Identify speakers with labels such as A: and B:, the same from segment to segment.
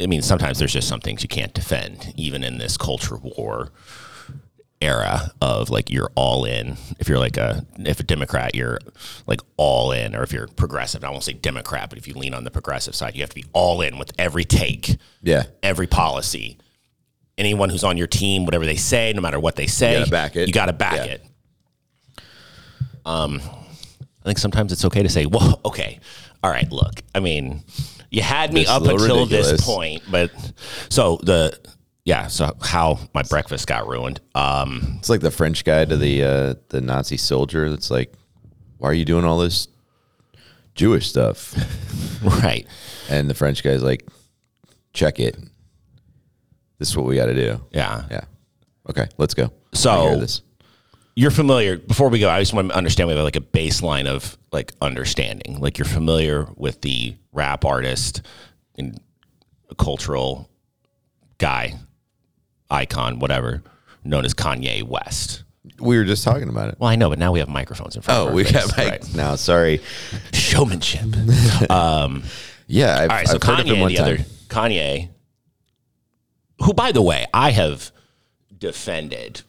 A: I mean, sometimes there's just some things you can't defend, even in this culture war era of like you're all in. If you're like a if a Democrat, you're like all in, or if you're progressive, I won't say Democrat, but if you lean on the progressive side, you have to be all in with every take,
B: Yeah.
A: every policy. Anyone who's on your team, whatever they say, no matter what they say,
B: gotta back it.
A: You got to back
B: Yeah.
A: it. Um, I think sometimes it's okay to say, "Well, okay, all right, look." I mean, you had me
B: This is
A: up
B: a little
A: until this
B: ridiculous.
A: point, but so the yeah, so how my breakfast got ruined. Um,
B: It's like the French guy to the uh, the Nazi soldier. That's like, why are you doing all this Jewish stuff?
A: right.
B: And the French guy's like, check it. This is what we got to do.
A: Yeah.
B: Yeah. Okay, let's go.
A: So-
B: I hear this.
A: You're familiar. Before we go, I just want to understand we have like a baseline of like understanding. Like you're familiar with the rap artist and cultural guy, icon, whatever, known as Kanye West.
B: we were just talking about it.
A: Well, I know, but now we have microphones in front. of
B: Oh,
A: our
B: we
A: face,
B: got back
A: right.
B: now. Sorry.
A: showmanship.
B: Yeah, I've,
A: All right, so
B: I've heard of him
A: Kanye,
B: one
A: the
B: time.
A: other Kanye, who by the way I have defended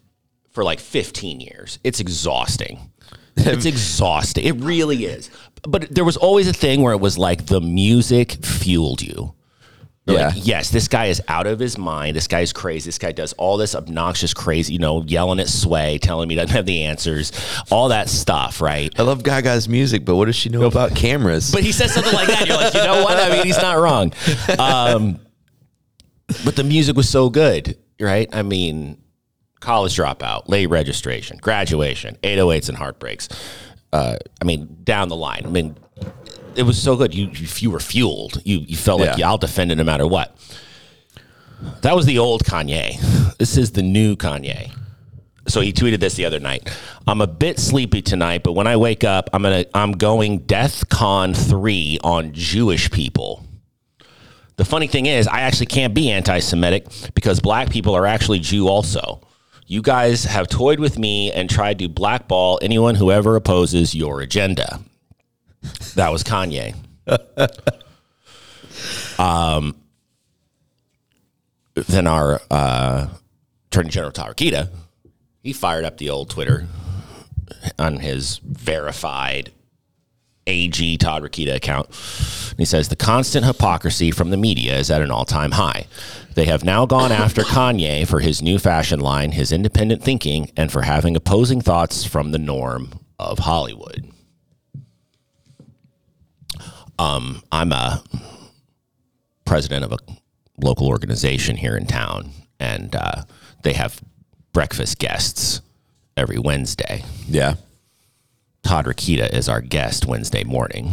A: for like 15 years. It's exhausting. It's exhausting. It really is. But there was always a thing where it was like the music fueled you. They're
B: Yeah.
A: like, yes, this guy is out of his mind. This guy is crazy. This guy does all this obnoxious, crazy, you know, yelling at Sway, telling me he doesn't have the answers, all that stuff, right?
B: I love Gaga's music, but what does she know about cameras?
A: But he says something like that. And you're like, you know what? I mean, he's not wrong. Um, but the music was so good, right? I mean, college dropout, late registration, graduation, 808s and heartbreaks. Uh, I mean, down the line. I mean, it was so good. You you, you were fueled. You you felt like
B: Yeah.
A: yeah, I'll defend it no matter what. That was the old Kanye. This is the new Kanye. So he tweeted this the other night. I'm a bit sleepy tonight, but when I wake up, I'm gonna I'm going Death Con three on Jewish people. The funny thing is, I actually can't be anti Semitic because black people are actually Jew also. You guys have toyed with me and tried to blackball anyone who ever opposes your agenda. That was Kanye. um, then our uh, Attorney General Tarakita, he fired up the old Twitter on his verified AG Todd Rakita account. And he says the constant hypocrisy from the media is at an all time high. They have now gone after Kanye for his new fashion line, his independent thinking, and for having opposing thoughts from the norm of Hollywood. Um, I'm a president of a local organization here in town, and uh, they have breakfast guests every Wednesday.
B: yeah.
A: Todd Rakita is our guest Wednesday morning.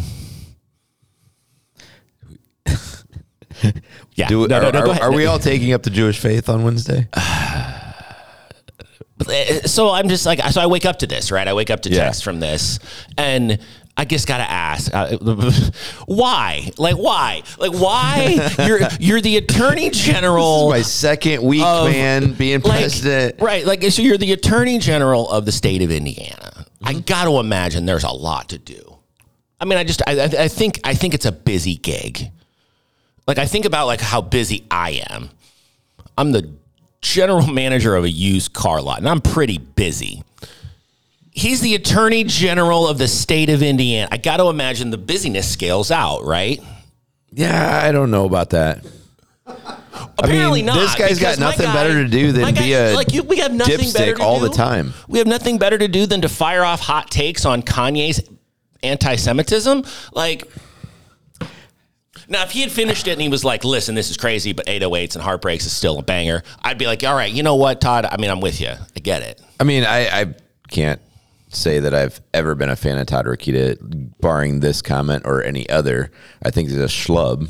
A: yeah.
B: Do,
A: no,
B: are,
A: no, no, go
B: are,
A: ahead.
B: are we all taking up the Jewish faith on Wednesday?
A: so I'm just like, so I wake up to this, right? I wake up to
B: Yeah.
A: text from this, and I just gotta ask, uh, why? Like, why? Like, why? you're you're the attorney general.
B: My second week,
A: Of,
B: man, being
A: um, like,
B: president.
A: Right. Like, so you're the attorney general of the state of Indiana. I got to imagine there's a lot to do. I mean, I just, I, I I think, I think it's a busy gig. Like, I think about like how busy I am. I'm the general manager of a used car lot, and I'm pretty busy. He's the attorney general of the state of Indiana. I got to imagine the busyness scales out, right?
B: Yeah, I don't know about that.
A: Apparently
B: mean,
A: not.
B: this guy's got
A: because my
B: nothing
A: guy-
B: better to do than
A: my guy-
B: be a
A: like you, we have nothing
B: dipstick
A: better to
B: all the
A: do.
B: time.
A: We have nothing better to do than to fire off hot takes on Kanye's anti-Semitism. Like, now if he had finished it and he was like, "Listen, this is crazy, but 808s and heartbreaks is still a banger," I'd be like, "All right, you know what, Todd? I mean, I'm with you. I get it."
B: I mean, I, I can't say that I've ever been a fan of Todd Rakita, barring this comment or any other. I think he's a schlub,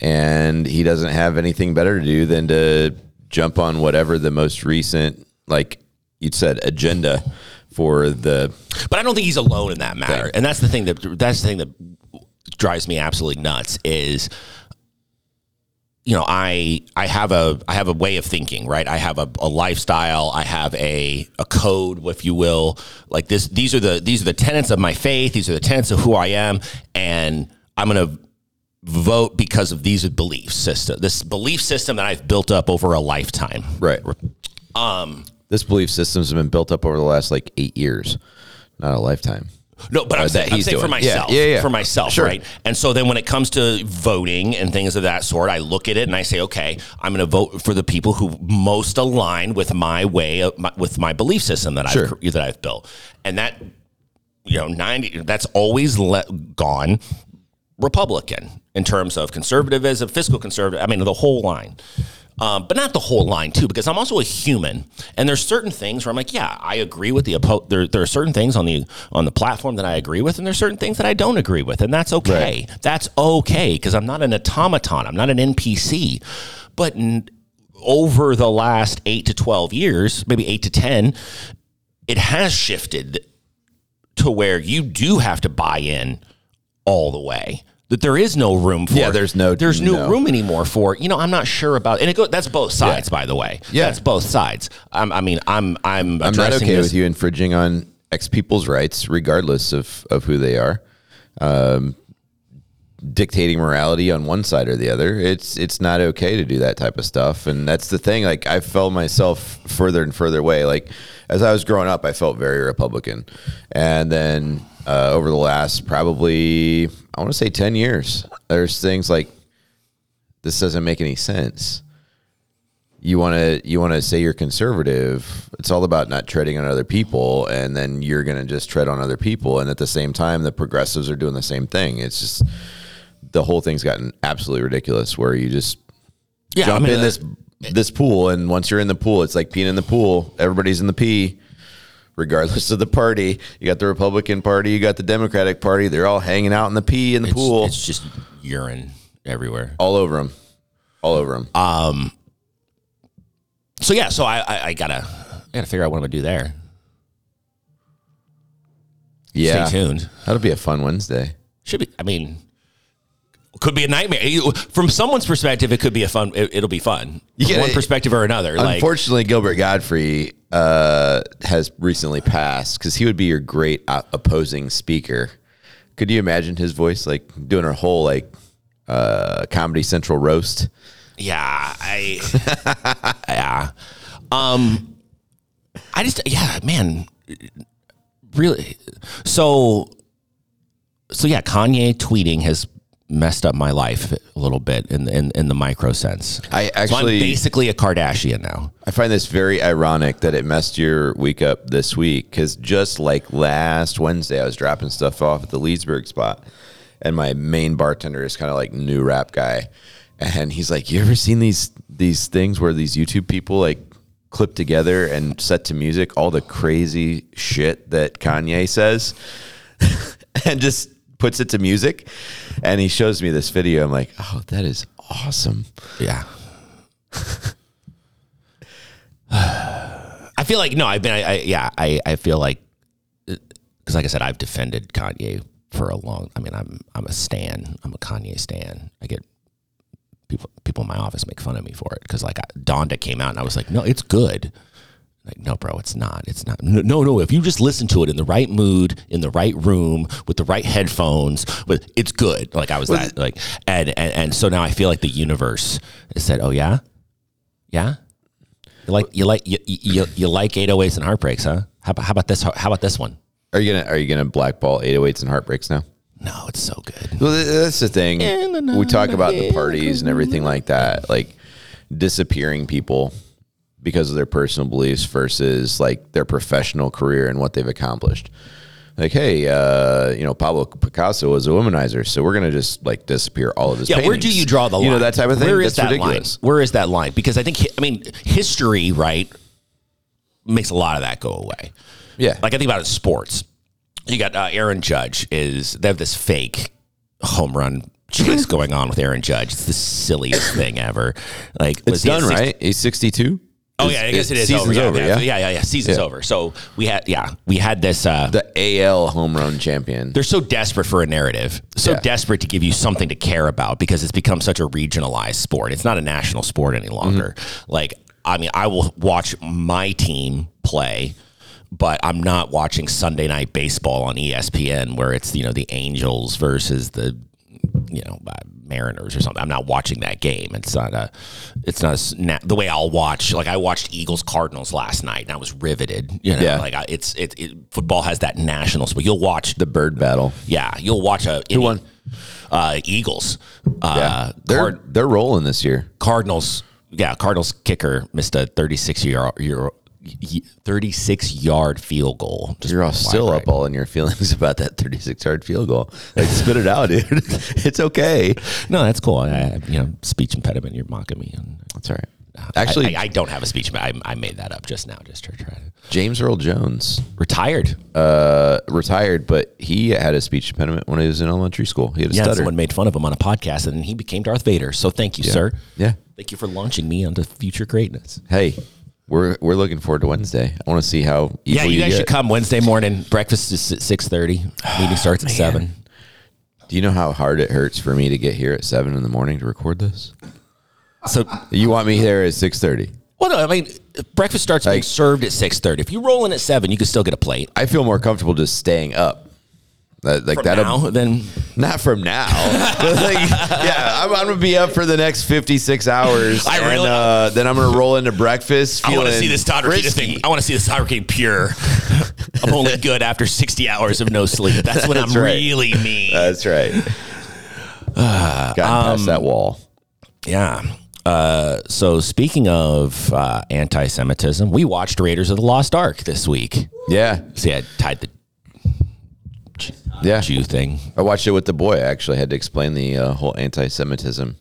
B: and he doesn't have anything better to do than to jump on whatever the most recent, like you said, agenda for the.
A: But I don't think he's alone in that matter. And that's the thing that that's the thing that drives me absolutely nuts is you know, I I have a I have a way of thinking, right? I have a, a lifestyle, I have a a code, if you will. Like this these are the these are the tenets of my faith, these are the tenets of who I am, and I'm gonna vote because of these belief system, this belief system that I've built up over a lifetime.
B: Right. Um, this belief system's been built up over the last like eight years, not a lifetime.
A: No, but I'm
B: that
A: saying, I'm
B: he's
A: saying for
B: doing. Yeah,
A: myself.
B: yeah, yeah.
A: For myself,
B: Sure.
A: right? And so then when it comes to voting and things of that sort, I look at it and I say, okay, I'm going to vote for the people who most align with my way, of my, with my belief system that
B: Sure.
A: I've cre- that I've built, and that you know, ninety that's always let gone Republican in terms of conservatism, fiscal conservative. I mean, the whole line. Um, but not the whole line too, because I'm also a human, and there's certain things where I'm like, yeah, I agree with the oppo- there. There are certain things on the on the platform that I agree with, and there's certain things that I don't agree with, and that's okay. That's okay because I'm not an automaton. I'm not an NPC. But n- over the last eight to twelve years, maybe eight to ten, it has shifted to where you do have to buy in all the way. That there is no room for
B: Yeah,
A: it.
B: there's no-
A: there's no,
B: no.
A: room anymore for it. you know I'm not sure about and it go, that's both sides by the way
B: Yeah.
A: that's both sides I'm, I mean I'm I'm
B: I'm not
A: addressing
B: okay
A: this-
B: with you infringing on ex people's rights, regardless of, of who they are. Um, dictating morality on one side or the other. It's it's not okay to do that type of stuff. And that's the thing. Like I felt myself further and further away. Like as I was growing up, I felt very Republican, and then uh, over the last probably I want to say ten years, there's things like this doesn't make any sense you want to you want to say you're conservative it's all about not treading on other people and then you're going to just tread on other people and at the same time the progressives are doing the same thing it's just the whole thing's gotten absolutely ridiculous where you just
A: Yeah, I
B: jump
A: mean,
B: in this this pool and once you're in the pool it's like peeing in the pool everybody's in the pee regardless of the party you got the republican party you got the democratic party they're all hanging out in the pee in the
A: it's-
B: pool
A: it's just urine everywhere
B: all over them all over them Um,
A: so yeah so I I, I gotta I gotta figure out what I'm gonna do there
B: yeah
A: stay tuned
B: that'll be a fun wednesday
A: Should be. I mean, could be a nightmare. You- From someone's perspective, it could be a fun. It, will be fun.
B: You
A: From
B: get
A: one
B: it.
A: perspective or another. Like,
B: Unfortunately, Gilbert Godfrey uh, has recently passed because he would be your great o- opposing speaker. Could you imagine his voice, like doing a whole like uh, Comedy Central roast?
A: yeah, I, yeah, um, I just, yeah, man, really. So, so yeah, Kanye tweeting has messed up my life a little bit in in, in the micro sense.
B: I
A: So I'm
B: actually,
A: basically a Kardashian now.
B: I find this very ironic that it messed your week up this week because just like last Wednesday, I was dropping stuff off at the Leedsburg spot, and my main bartender is kind of like new rap guy, and he's like, "You ever seen these these things where these YouTube people like clip together and set to music all the crazy shit that Kanye says?" and just puts it to music and he shows me this video i'm like oh that is awesome
A: Yeah. I feel like no, I've been. I, I yeah, I I feel like because like I said, I've defended Kanye for a long. I mean, I'm I'm a stan. I'm a Kanye stan. I get people people in my office make fun of me for it because like I, Donda came out and I was like, no, it's good. Like, no, bro, it's not. It's not. No, no, no. If you just listen to it in the right mood, in the right room, with the right headphones, with it's good. Like I was that. Like and and and so now I feel like the universe has said, oh yeah, yeah. You like you like you you, you like 808s and heartbreaks, huh? How about, how about this? How about this one?
B: Are you gonna Are you gonna blackball 808s and heartbreaks now?
A: No, it's so good.
B: Well, th- that's the thing. We talk about the parties and everything like that, like disappearing people because of their personal beliefs versus like their professional career and what they've accomplished. Like, hey, uh, you know, Pablo Picasso was a womanizer, so we're gonna just like disappear all of his.
A: Yeah, where do
B: paintings.
A: you draw the line?
B: You know that type of thing.
A: Where
B: that's
A: is that
B: ridiculous.
A: line? Where is that line? Because I think hi- I mean history, right, makes a lot of that go away.
B: Yeah,
A: Like I think about it, sports. You got uh, Aaron Judge is they have this fake home run chase going on with Aaron Judge. It's the silliest thing ever. Like
B: it's done right. He's sixty-two.
A: Oh yeah, I guess it is
B: Season's
A: over.
B: over.
A: yeah,
B: yeah.
A: yeah, yeah, yeah. Season's over. So we had yeah we had this. Uh,
B: The AL home run champion.
A: they're so desperate for a narrative, so
B: Mm-hmm. Yeah.
A: desperate to give you something to care about because it's become such a regionalized sport. It's not a national sport any longer.
B: Mm-hmm.
A: Like, I mean, I will watch my team play, but I'm not watching Sunday night E baseball on ESPN where it's, you know, the Angels versus the, you know, uh, Mariners or something. I'm not watching that game. It's not a, it's not a, sna- the way I'll watch. Like I watched Eagles Cardinals last night and I was riveted. You know,
B: Yeah.
A: like I, it's it, it football has that national. But you'll watch
B: The bird battle.
A: yeah, you'll watch a who
B: won?
A: Uh, Eagles.
B: Yeah,
A: Uh,
B: they're
A: Card-
B: they're rolling this year.
A: Cardinals. Yeah, Cardinals kicker missed a 36 year year 36 yard field goal. Just
B: You're all
A: wide
B: still
A: right.
B: up all in your feelings about that 36 yard field goal. Like spit it out, dude. it's okay.
A: No, that's cool. I, I, you know, speech impediment. You're mocking me.
B: That's all right.
A: I-
B: Actually,
A: I, I don't have a speech. impediment. I, I made that up just now, just to try to
B: James Earl Jones uh,
A: retired.
B: retired, but he had a speech impediment when he was in elementary school. He had a
A: yeah,
B: stutter.
A: someone made fun of him on a podcast, and then he became Darth Vader. So thank you, sir.
B: Yeah.
A: Thank you for launching me onto future greatness.
B: Hey, we're we're looking forward to Wednesday. I want to see how evil
A: yeah, you,
B: you
A: guys
B: get.
A: should come Wednesday morning. Breakfast is at six thirty. Meeting starts at seven.
B: Do you know how hard it hurts for me to get here at seven in the morning to record this?
A: So,
B: You want me here at six thirty?
A: well, no, I mean, breakfast starts being
B: Like-
A: served at six thirty. If you roll in at seven, you can still get a plate.
B: I feel more comfortable just staying up. That- like
A: From
B: that'll
A: now, then
B: Not from now. But, like, yeah, I'm, I'm gonna be up for the next 56 hours,
A: I
B: and
A: really-
B: uh, then I'm gonna roll into breakfast.
A: I
B: Feeling
A: want to see this Todd Rakita
B: frisky.
A: thing. I want to see this Todd Rakita pure. I'm only good after sixty hours of no sleep. That's Uh, when
B: That's
A: I'm
B: right.
A: really mean.
B: That's right.
A: Ah,
B: Gotten
A: um,
B: past that wall.
A: Yeah. Uh, so speaking of uh, anti-Semitism, we watched Raiders of the Lost Ark this week.
B: Yeah,
A: See, I tied the
B: yeah.
A: Jew thing.
B: I watched it with the boy. I actually had to explain the uh, whole anti-Semitism.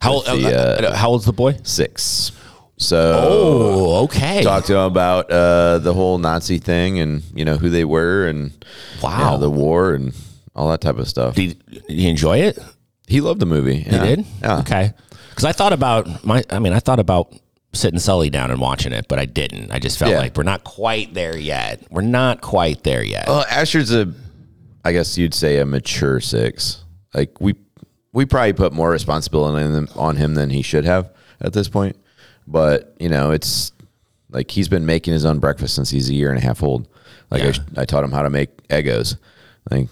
A: How,
B: With the,
A: uh, uh, how old's the boy?
B: Six. So
A: Oh, okay.
B: talked to him about uh, the whole Nazi thing, and you know who they were, and you
A: Wow.
B: know, the war, and all that type of stuff.
A: Did, did you enjoy it?
B: He loved the movie.
A: You did?
B: Yeah.
A: Okay. Because I thought about my, I mean, I thought about sitting Sully down and watching it, but I didn't. I just felt
B: Yeah.
A: like we're not quite there yet. We're not quite there yet.
B: Well, Asher's a, I guess you'd say a mature six. Like we, we probably put more responsibility on him, on him than he should have at this point. But you know, it's like he's been making his own breakfast since he's a year and a half old. Like
A: Yeah.
B: I I, I taught him how to make egos. Like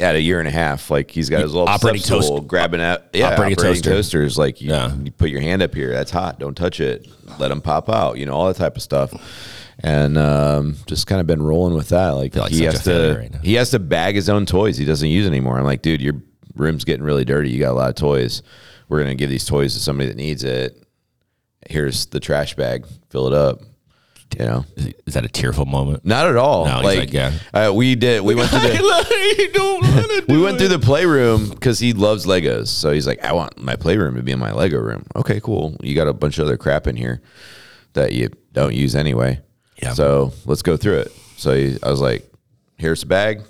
B: at a year and a half, like he's got his little
A: Operating
B: step stool,
A: toast-
B: grabbing at yeah,
A: operating
B: operating,
A: toaster.
B: toasters. Like you,
A: Yeah.
B: you put your hand up here, that's hot. Don't touch it. Let them pop out. You know all that type of stuff. And um, just kind of been rolling with that. Like,
A: like
B: he
A: such a
B: has
A: failure
B: to
A: right now.
B: he has to bag his own toys he doesn't use anymore. I'm like, dude, your room's getting really dirty. You got a lot of toys. We're gonna give these toys to somebody that needs it. Here's the trash bag. Fill it up. You know,
A: Is that a tearful moment?
B: not at all.
A: No, he's
B: like,
A: like, yeah.
B: uh, we did. We went through the
A: I don't want to
B: we went through the playroom because he loves Legos. So he's like, I want my playroom to be in my Lego room. Okay, cool. You got a bunch of other crap in here that you don't use anyway.
A: Yeah.
B: So let's go through it. So he, I was like, here's a bag.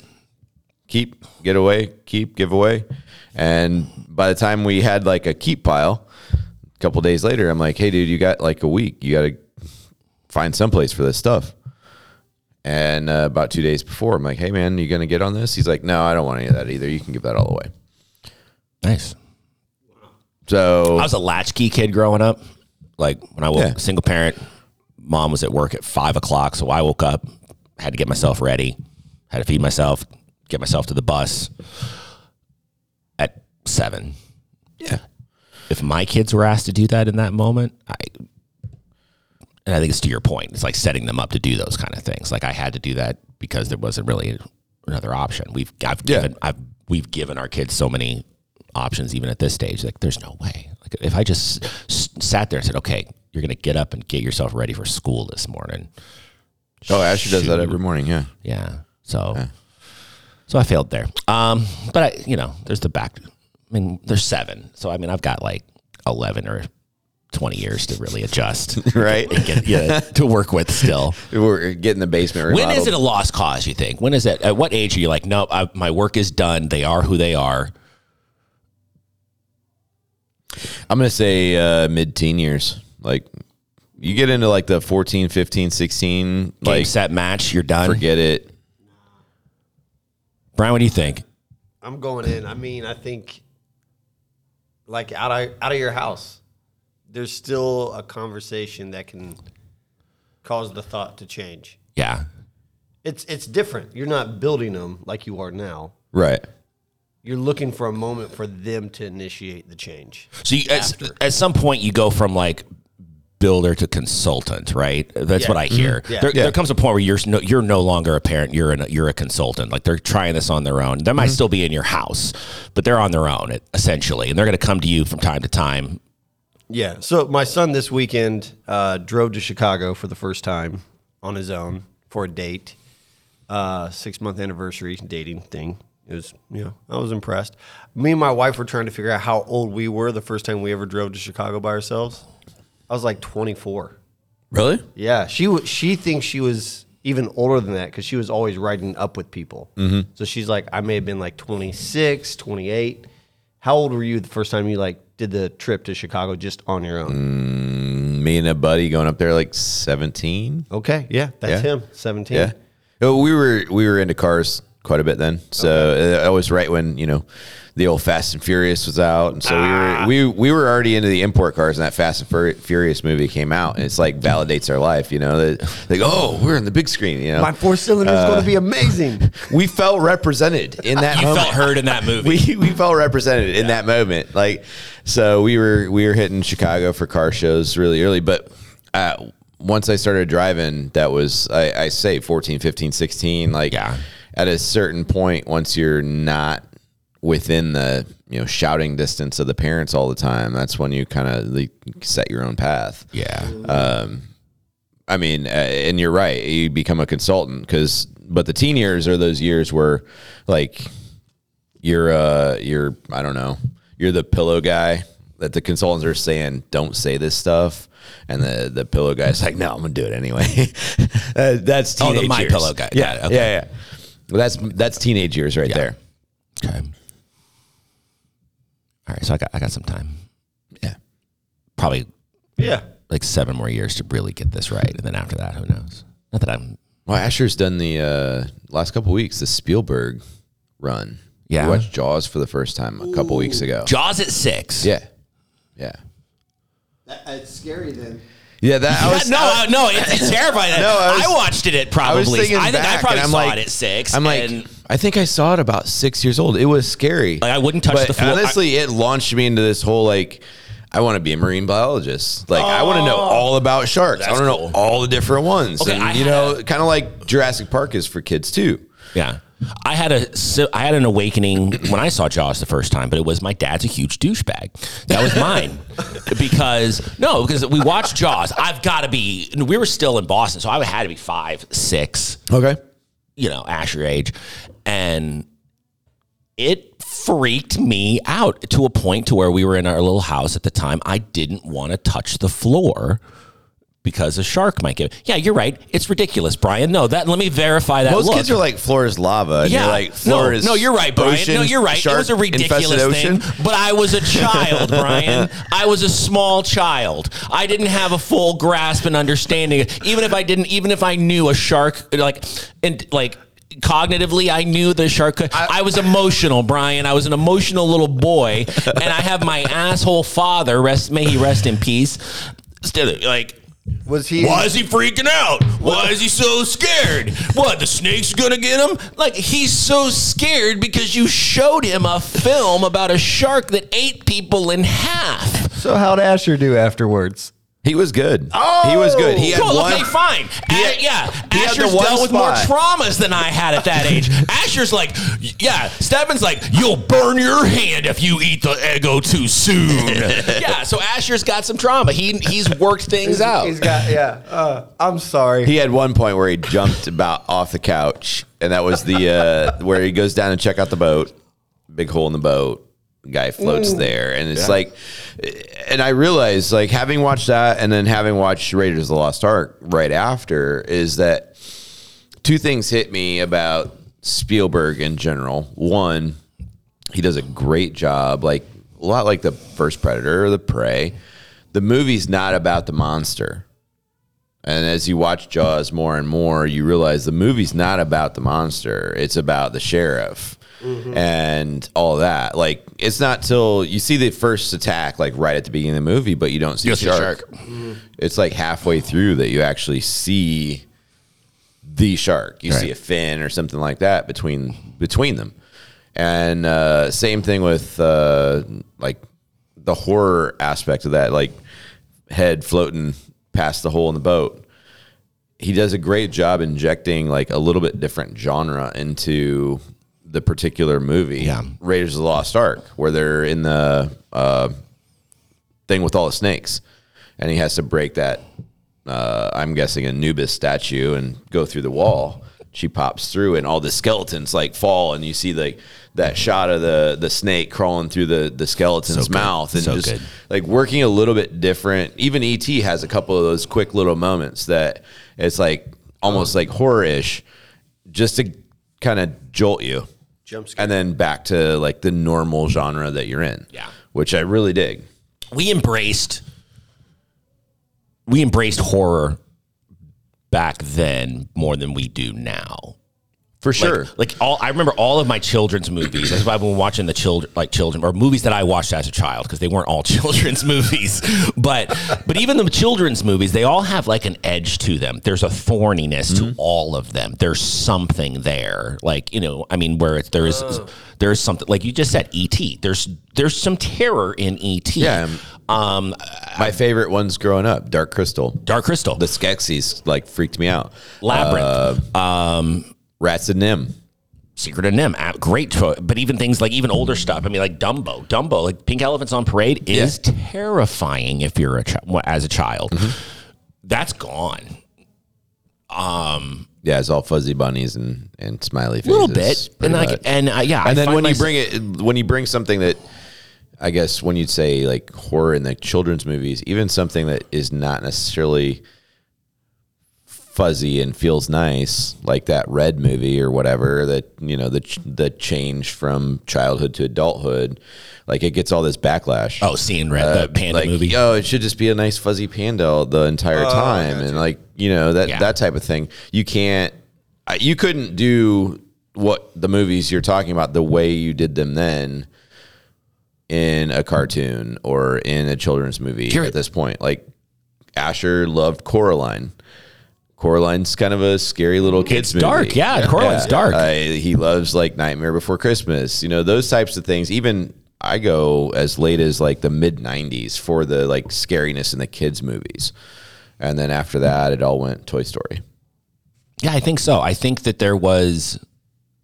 B: Keep, get away, keep, give away. And by the time we had like a keep pile, a couple days later, I'm like, hey, dude, you got like a week. You got to find someplace for this stuff. And uh, about two days before, I'm like, hey, man, you going to get on this? He's like, no, I don't want any of that either. You can give that all away.
A: Nice.
B: So
A: I was a latchkey kid growing up. Like when I woke,
B: Yeah.
A: single parent, mom was at work at five o'clock, so I woke up, had to get myself ready, had to feed myself, get myself to the bus at seven.
B: Yeah.
A: If my kids were asked to do that in that moment, I and I think it's to your point. It's like setting them up to do those kind of things. Like I had to do that because there wasn't really another option. We've I've
B: Yeah.
A: given I've we've given our kids so many options even at this stage. Like there's no way. Like if I just s- sat there and said, "Okay, you're going to get up and get yourself ready for school this morning."
B: Oh, Asher does that every morning. Yeah.
A: Yeah. So So I failed there. Um but I you know, there's the back I mean, there's 7. So I mean, I've got like 11 or 20 years to really adjust.
B: Right.
A: and get, yeah, to work with still.
B: We're getting the basement
A: When
B: remodeled.
A: is it a lost cause? You think? When is it? At what age are you like? Nope, I, my work is done. They are who they are.
B: I'm going to say uh, mid teen years. Like you get into like the 14, 15, 16,
A: Game
B: like
A: set match. You're done.
B: forget it.
A: Brian, what do you think?
C: I'm going in. I mean, I think like out of out of your house, there's still a conversation that can cause the thought to change.
A: Yeah,
C: It's it's different. You're not building them like you are now,
B: Right.
C: You're looking for a moment for them to initiate the change.
A: So you, at, at some point, you go from like builder to consultant, right? That's
C: Yeah. Mm-hmm.
A: what I hear.
C: Yeah.
A: There, there
B: Yeah.
A: comes a point where you're no, you're no longer a parent. You're an, you're a consultant. Like they're trying this on their own. They
C: Mm-hmm.
A: might still be in your house, but they're on their own e, essentially, and they're going to come to you from time to time.
C: Yeah. So my son this weekend uh, drove to Chicago for the first time on his own for a date, uh, six month anniversary dating thing. It was, you know, I was impressed. Me and my wife were trying to figure out how old we were the first time we ever drove to Chicago by ourselves. I was like 24.
B: Really?
C: Yeah, she wa- she thinks she was even older than that because she was always riding up with people. Mm-hmm. So she's like, I may have been like 26, 28. How old were you the first time you like did the trip to Chicago just on your own?
B: Me and a buddy going up there like 17.
C: Okay, yeah, that's
B: Yeah.
C: him, 17.
B: Yeah. No, we were we were into cars quite a bit then. So uh, that was right when, you know, the old Fast and Furious was out and so we were we we were already into the import cars and that Fast and Fur- Furious movie came out and it's like validates our life, you know. They, they go, "Oh, we're in the big screen," you know.
C: My four cylinder is going to
B: Uh,
C: be amazing.
B: we felt represented in that
A: You
B: moment.
A: felt heard in that movie.
B: Um, we, we felt represented in that moment. Like, so we were we were hitting Chicago for car shows really early, but uh, once I started driving, that was I, I say 14, 15, 16. Like,
A: Yeah.
B: at a certain point, once you're not within the you know shouting distance of the parents all the time, that's when you kind of like, set your own path. Um,
A: yeah.
B: I mean, uh, and you're right. You become a consultant because, but the teen years are those years where, like, you're uh, you're I don't know, you're the pillow guy that the consultants are saying don't say this stuff, and the the pillow guy's like, no, I'm gonna do it anyway. uh, that's
A: Oh, the
B: teenage
A: My
B: years.
A: Pillow guy. Got
B: Yeah,
A: it. Okay.
B: yeah, yeah. Well, that's that's teenage years right there.
A: Okay. All right. So I got I got some time.
B: Yeah.
A: Probably
C: yeah,
A: like seven more years to really get this right, and then after that, who knows? Not that I'm.
B: Well, Asher's done the uh, last couple weeks the Spielberg run.
A: Yeah.
B: we watched Jaws for the first time a couple weeks ago.
A: Jaws at six.
B: Yeah, yeah.
D: That, it's scary then.
B: Yeah, that I was,
A: no, uh, no, it's, it's terrifying.
B: No, I
A: I,
B: was-
A: watched it at probably. I,
B: was thinking
A: think I
B: back,
A: probably
B: and
A: saw
B: I'm like-
A: it at six.
B: I'm like,
A: and,
B: I think I saw it about six years old. It was scary.
A: Like, I wouldn't touch
B: But
A: the floor.
B: Honestly, it launched me into this whole like, I want to be a marine biologist. Like, I want to know all about sharks. I want to know all the different ones.
A: Oh, Okay,
B: and,
A: I
B: you
A: had
B: know, kind of like Jurassic Park is for kids too.
A: yeah, I had a si- I had an awakening when I saw Jaws the first time, but it was my dad's a huge douchebag. That was mine because no, because we watched Jaws. I've got to be. We were still in Boston, so I had to be five, six.
B: Okay.
A: you know, Asher age. And it freaked me out to a point to where we were in our little house at the time. I didn't want to touch the floor because a shark might get. Yeah, you're right. It's ridiculous, Brian. No, that let me verify that.
B: Most
A: look.
B: kids are like, floor is lava. And
A: yeah,
B: you're like,
A: no,
B: floor is
A: no, you're right, Brian.
B: ocean,
A: no, you're right. It was a
B: shark,
A: ridiculous
B: infested
A: thing,
B: ocean.
A: but I was a child, Brian. I was a small child. I didn't have a full grasp and understanding. Even if I didn't, even if I knew a shark, like and like cognitively, I knew the shark. Could, I, was emotional, Brian. I was an emotional little boy, and I have my asshole father. Rest may he rest in peace. Still, like.
C: was he?
A: Why is he freaking out? Why is he so scared? What, the snake's gonna get him? Like, he's so scared because you showed him a film about a shark that ate people in half.
C: So how'd Asher do afterwards?
B: He was good. Oh, he was good. He had
A: Well,
B: one.
A: okay, fine. A- yeah,
B: he had the
A: Asher's
B: one
A: dealt with more
B: spot.
A: traumas than I had at that age. Asher's like, yeah, Stefan's like, you'll burn your hand if you eat the Eggo too soon. yeah, so Asher's got some trauma. He, he's worked things out.
C: He's got yeah. Uh, I'm sorry.
B: He had one point where he jumped about off the couch, and that was the uh, where he goes down and check out the boat. Big hole in the boat. Guy floats there, and it's like, and I realized like having watched that, and then having watched Raiders of the Lost Ark right after, is that two things hit me about Spielberg in general. One, he does a great job, like a lot like the first Predator or the Prey. The movie's not about the monster. And as you watch Jaws more and more, you realize the movie's not about the monster; it's about the sheriff and all that. Like, it's not till you see the first attack, like right at the beginning of the movie, but you don't see
A: You
B: the
A: don't see the
B: shark. It's like halfway through that you actually see the shark. You see
A: Right.
B: a fin or something like that between between them. And uh, same thing with uh, like the horror aspect of that, like head floating past the hole in the boat. He does a great job injecting like a little bit different genre into the particular movie,
A: Yeah.
B: Raiders of the Lost Ark, where they're in the uh, thing with all the snakes, and he has to break that. Uh, I'm guessing Anubis statue and go through the wall. She pops through, and all the skeletons like fall, and you see like that shot of the the snake crawling through the the skeleton's
A: So good.
B: mouth, and
A: So
B: just
A: good.
B: like working a little bit different. Even ET has a couple of those quick little moments that it's like almost like horror ish, just to kind of jolt you,
C: Jump scare.
B: and then back to like the normal genre that you're in.
A: Yeah.
B: which I really dig.
A: we embraced we embraced horror back then more than we do now.
B: For
A: Like-
B: sure.
A: Like, all I remember all of my children's movies. That's why I've been watching the children like children or movies that I watched as a child because they weren't all children's movies. But but even the children's movies, they all have like an edge to them. There's a thorniness
B: Mm-hmm.
A: to all of them. There's something there. Like, you know, I mean where it's there is
B: Oh.
A: there is something like you just said ET. There's there's some terror in ET.
B: Yeah.
A: Um
B: My favorite ones growing up, Dark Crystal.
A: Dark Crystal.
B: The Skeksis like freaked me out. uh,
A: Labyrinth,
B: Rats and Nim.
A: Secret of Nim, ah, great, cho- but even things like even
B: Hmm.
A: older stuff. I mean, like Dumbo, Dumbo, like Pink Elephants on Parade is terrifying if you're a child as a child.
B: Mm-hmm.
A: That's gone.
B: Yeah, it's all fuzzy bunnies and, and smiley
A: A
B: faces.
A: little bit, and
B: pretty
A: like,
B: much.
A: and uh, yeah,
B: and then when you bring it, when you bring something that, I guess when you'd say like horror in the children's movies, even something that is not necessarily fuzzy and feels nice, like that Red movie or whatever, that you know the ch- the change from childhood to adulthood, like it gets all this backlash.
A: oh, seeing red, the panda
B: like,
A: movie,
B: Oh, it should just be a nice fuzzy panda the entire time, and like you know that
A: Yeah.
B: that type of thing. You can't, I- you couldn't do what the movies you're talking about the way you did them then in a cartoon or in a children's movie
A: Sure.
B: at this point. Like Asher loved Coraline. Coraline's kind of a scary little kids
A: It's
B: movie.
A: dark, yeah, Coraline's dark.
B: Uh, he loves like Nightmare Before Christmas. You know those types of things. Even I go as late as like the mid '90s for the like scariness in the kids movies, and then after that, it all went Toy Story.
A: Yeah, I think so. I think that there was,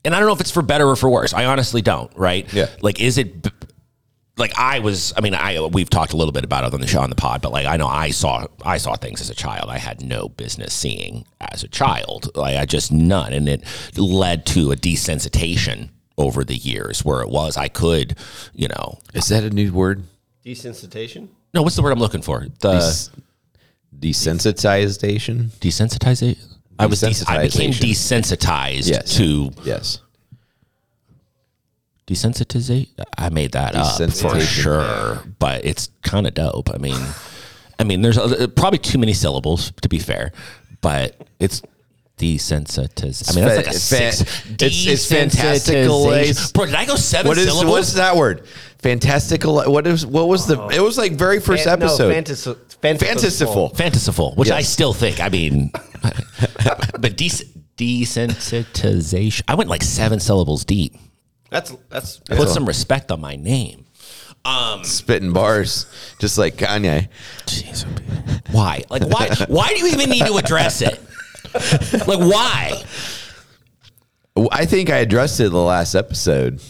A: and I don't know if it's for better or for worse. I honestly don't. Right?
B: Yeah.
A: Like, is it? b- Like I was. I mean, I we've talked a little bit about it on the show on the pod, but like I know I saw I saw things as a child I had no business seeing as a child. Like I just none, and it led to a desensitization over the years where it was I could, you know,
B: Is that a new word? Uh,
C: Desensitization?
A: no, what's the word I'm looking for? The
B: Desensitization.
A: desensitization. I was des- I became desensitized
B: Yes.
A: to
B: Yes.
A: desensitization. I made that up for
B: Desensitization.
A: sure, but it's kind of dope. I mean, I mean, there's uh, probably too many syllables to be fair, but it's desensitized. I mean, that's like a
B: Fa-
A: six.
B: fa- it's- it's fantastical ways.
A: Bro, did I go seven
B: What is
A: syllables?
B: what's that word? Fantastical. What is what was the? It was like very first
C: Fan- no,
B: episode.
C: fantas- fantasiful.
B: Fantastical.
A: Fantasiful, which I
B: Yes.
A: still think. I mean, but des- desensitization. I went like seven syllables deep.
C: That's that's
A: Put some respect on my name.
B: spitting bars, just like Kanye.
A: Jeez, why? Like, why? Why do you even need to address it? Like, why?
B: I think I addressed it in the last episode.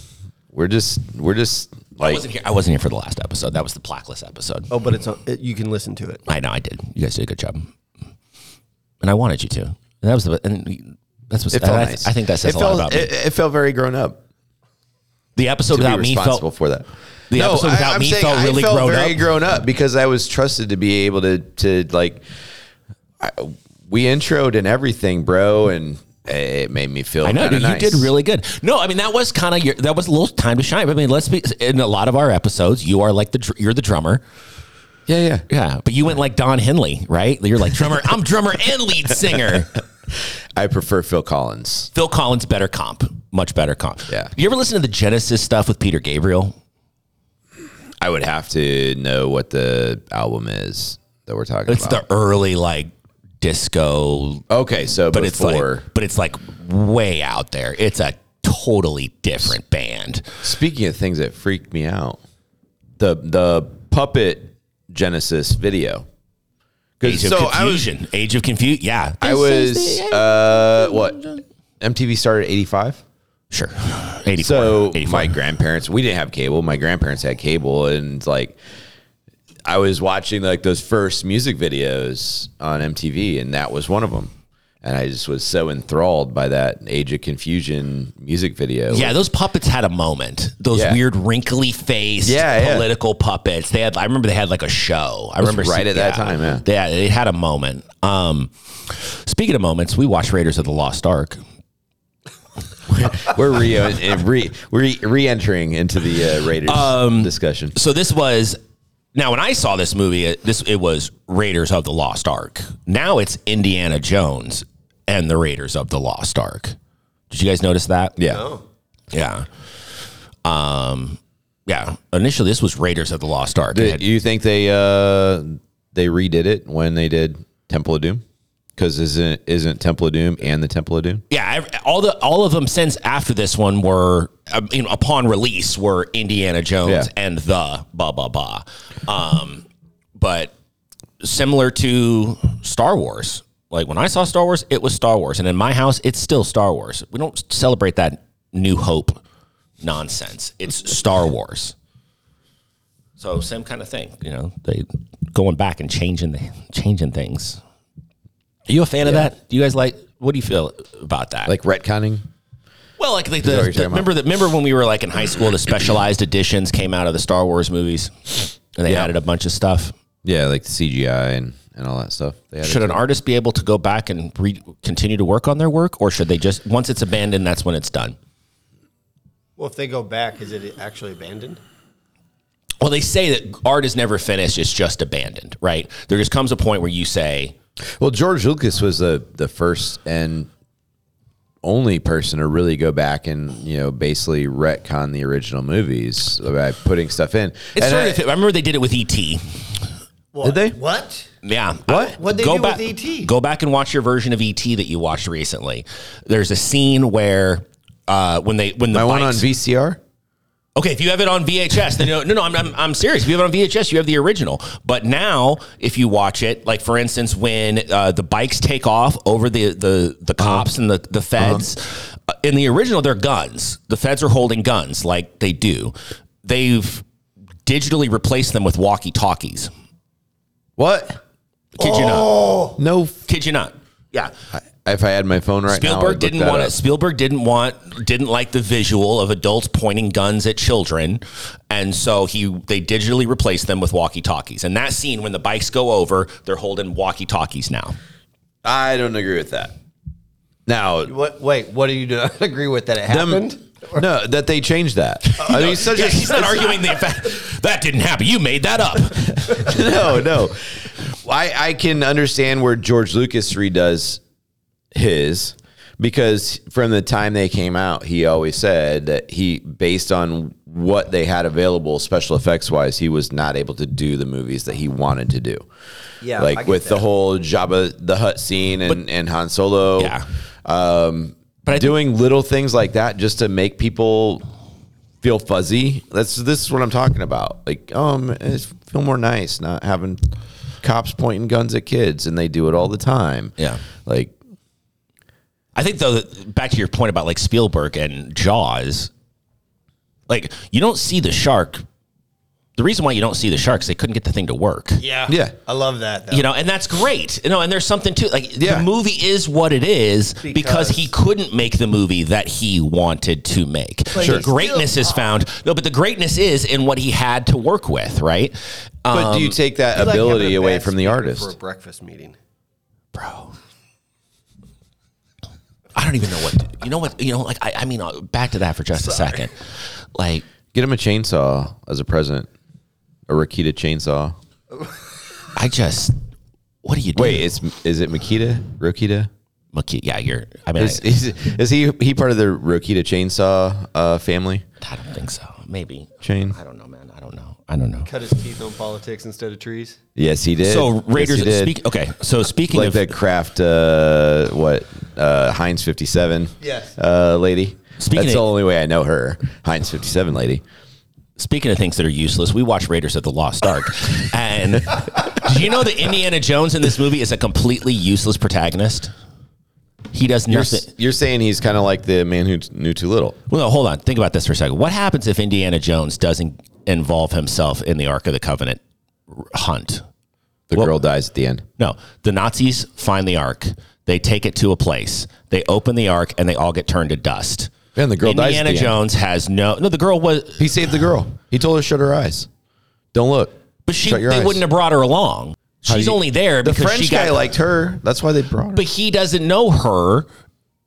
B: We're just, we're just
A: I
B: like,
A: wasn't here. I wasn't here for the last episode. That was the Plackless episode.
C: Oh, but it's on, it, you can listen to it.
A: I know. I did. You guys did a good job, and I wanted you to. And that was the. And that's what.
B: it felt
A: I,
B: nice.
A: I think that says
B: it
A: a
B: felt,
A: lot about
B: it,
A: me.
B: it felt very grown up.
A: The episode
B: To be
A: without me
B: responsible
A: felt.
B: for that.
A: The episode without me felt really
B: I felt
A: grown
B: very
A: up.
B: grown up because I was trusted to be able to, to like, I- we introed and everything, bro, and it made me feel.
A: I know
B: kinda
A: dude, you
B: nice.
A: did really good. No, I mean that was kind of your. That was a little time to shine. I mean, let's be in a lot of our episodes. You are like the dr- you're the drummer.
B: Yeah, yeah.
A: Yeah, but you went like Don Henley, right? You're like drummer. I'm drummer and lead singer.
B: I prefer Phil Collins.
A: Phil Collins better comp, much better comp.
B: Yeah.
A: You ever listen to the Genesis stuff with Peter Gabriel?
B: I would have to know what the album is that we're talking
A: It's
B: about.
A: the early like disco
B: okay, so
A: but it's
B: before.
A: like but it's like way out there. It's a totally different band.
B: Speaking of things that freaked me out, the the puppet Genesis video.
A: Age
B: 'Cause-
A: of confusion. Age of confusion. Yeah,
B: I was, I was uh, what MTV started at eighty five.
A: sure. 84,
B: So
A: 84.
B: my grandparents, we didn't have cable. My grandparents had cable, and like I was watching like those first music videos on MTV, and that was one of them. And I just was so enthralled by that Age of Confusion music video.
A: Yeah, those puppets had a moment. Those
B: Yeah.
A: weird wrinkly faced
B: Yeah, yeah.
A: political puppets. They had I remember they had like a show. I remember
B: right at that time, yeah.
A: Yeah, they had a moment. Um speaking of moments, we watched Raiders of the Lost Ark.
B: we're re, uh, re, re re-entering into the uh, Raiders discussion.
A: So this was now when I saw this movie, it, this it was Raiders of the Lost Ark. Now it's Indiana Jones and the Raiders of the Lost Ark. Did you guys notice that?
B: Yeah,
A: Yeah. Um yeah, initially this was Raiders of the Lost Ark. It
B: Do
A: had-
B: you think they uh, they redid it when they did Temple of Doom? Because isn't isn't Temple of Doom and the Temple of Doom?
A: Yeah, ev- all the all of them since after this one were um, you know, upon release were Indiana Jones
B: Yeah.
A: and the blah blah blah, um, but similar to Star Wars. Like when I saw Star Wars, it was Star Wars, and in my house, it's still Star Wars. We don't celebrate that New Hope nonsense. It's Star Wars. So same kind of thing, you know. They going back and changing the changing things. Are you a fan of that? Do you guys like? What do you feel about that?
B: Like retconning?
A: Well, like, like
B: what
A: the,
B: you're talking
A: the
B: about?
A: remember that remember when we were like in high school, the specialized editions came out of the Star Wars movies, and they added a bunch of stuff.
B: Yeah, like the CGI and, and all that stuff. They had
A: Should
B: it.
A: an artist be able to go back and re- continue to work on their work, or should they just once it's abandoned, that's when it's done?
C: Well, if they go back, is it actually abandoned?
A: Well, they say that art is never finished; it's just abandoned, right? There just comes a point where you say,
B: well, George Lucas was the the first and only person to really go back and you know basically retcon the original movies by putting stuff in.
A: "It's
B: And
A: sort
B: I-
A: of." I remember they did it with ET.
C: What?
B: they?
C: What?
A: Yeah.
B: What?
A: I-
C: What'd they
A: go
C: do
A: back,
C: with E E.T.?
A: Go back and watch your version of ET that you watched recently. There's a scene where uh, when they when the
B: I went on
A: bikes-
B: VCR.
A: Okay, if you have it on VHS, then you know, no, no, I'm, I'm, I'm serious. If you have it on VHS, you have the original. But now, if you watch it, like for instance, when uh, the bikes take off over the the, the cops and the the feds, uh in the original, they're guns. The feds are holding guns, like they do. They've digitally replaced them with walkie talkies.
B: What?
A: Kid you not?
B: No. f-
A: Kid you not? Yeah.
B: If I had my phone right now, I
A: Spielberg
B: would look
A: didn't
B: that
A: want
B: up.
A: it. Spielberg didn't want didn't like the visual of adults pointing guns at children, and so he they digitally replaced them with walkie talkies. And that scene when the bikes go over, they're holding walkie talkies now.
B: I don't agree with that. Now,
C: What? Wait, what do you not agree with that it
B: them-
C: happened?
B: no, that they changed that. I mean, it's such
A: Yeah,
B: a,
A: he's not arguing the fact that didn't happen. You made that up.
B: no, no. I, I can understand where George Lucas redoes his because from the time they came out, he always said that he, based on what they had available, special effects wise, he was not able to do the movies that he wanted to do.
C: Yeah, I
B: like
C: get
B: with the
C: that.
B: whole Jabba the Hutt scene and, and Han Solo.
A: Yeah.
B: Um,
A: But I think-
B: doing little things like that just to make people feel fuzzy. That's this is what I'm talking about. Like, um, it's feel more nice not having cops pointing guns at kids, and they do it all the time.
A: Yeah.
B: like
A: I think though, that- back to your point about like Spielberg and Jaws, like you don't see the shark. The reason why you don't see the sharks, they couldn't get the thing to work.
C: Yeah.
B: Yeah.
C: I love that. Though.
A: you know, and that's great. You know, and there's something to like
B: Yeah.
A: the movie is what it is because,
C: Because-
A: he couldn't make the movie that he wanted to make.
C: But
A: The
C: he
A: greatness
C: still-
A: is found no, but the greatness is in what he had to work with, right? Um,
B: but do you take that
C: It's like having
B: ability
C: a
B: away
C: bad
B: from the
C: speaker
B: artist?
C: for a breakfast meeting.
A: bro. I don't even know what to, you know what you know like I, I mean uh, back to that for just a second. Like
B: Get him a chainsaw as a present, a Rakita chainsaw.
A: I just what do you do?
B: Wait, it's is it Makita? Rokita?
A: Maki- yeah, you're I mean
B: Is,
A: I,
B: is, is he he part of the Rokita chainsaw uh, family?
A: I don't think so. maybe
B: Chain.
A: I don't know, man. I don't know. I don't know.
C: Cut his teeth on politics instead of trees.
B: Yes, he did.
A: So
B: Yes,
A: Raiders.
B: he did.
A: speak, okay, so speaking
B: like
A: of
B: that craft uh what uh heinz 57
C: Yes.
B: uh lady
A: Speaking
B: that's
A: of-
B: the only way i know her heinz 57 lady
A: speaking of things that are useless, we watch Raiders of the Lost Ark, and do you know that Indiana Jones in this movie is a completely useless protagonist? He does
B: you're,
A: nothing.
B: s- you're saying he's kind of like the man who t- knew too little
A: Well, no, hold on. Think about this for a second. What happens if Indiana Jones doesn't involve himself in the Ark of the Covenant r- hunt?
B: the girl dies at the end
A: No, the Nazis find the Ark. They take it to a place. They open the Ark, and they all get turned to dust.
B: and the girl dies at
A: Indiana
B: the end.
A: Jones has no. No, the girl was,
B: he saved the girl he told her shut her eyes don't look
A: but she.
B: Shut
A: They
B: your eyes.
A: wouldn't have brought her along.
B: How
A: She's
B: do you-
A: only there
B: the
A: because
B: french
A: she got.
B: guy liked her that's why they brought her
A: but he doesn't know her.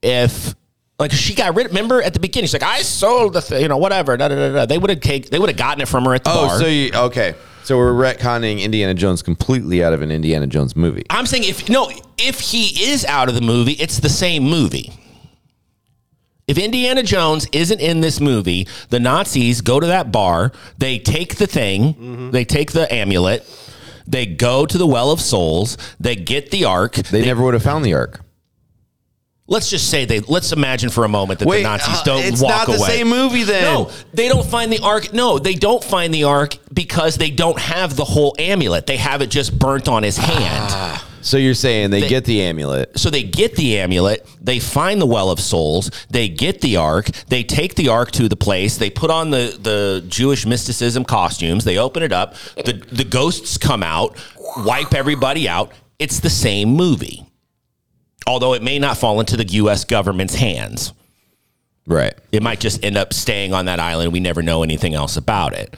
A: If like she got rid. Remember at the beginning, she's like, "I sold the thing," you know whatever. Da, da, da, da. They would have take. They would have gotten it from her at the
B: oh
A: bar.
B: so you okay so we're retconning indiana jones completely out of an indiana jones movie
A: I'm saying if no, if he is out of the movie, it's the same movie. If Indiana Jones isn't in this movie, the Nazis go to that bar, they take the thing,
B: Mm-hmm.
A: they take the amulet, they go to the Well of Souls, they get the ark.
B: they, never would have found the ark
A: Let's just say they let's imagine for a moment that the Nazis
B: uh,
A: don't
B: it's
A: walk
B: not the
A: away.
B: same movie then
A: No, they don't find the ark. No, they don't find the ark because they don't have the whole amulet. They have it just burnt on his hand.
B: So you're saying they, get the amulet?
A: so they get the amulet, they find the well of souls, they get the ark, they take the ark to the place, they put on the, the Jewish mysticism costumes, they open it up, the, the ghosts come out, wipe everybody out. It's the same movie. Although it may not fall into the US government's hands.
B: Right.
A: It might just end up staying on that island. We never know anything else about it.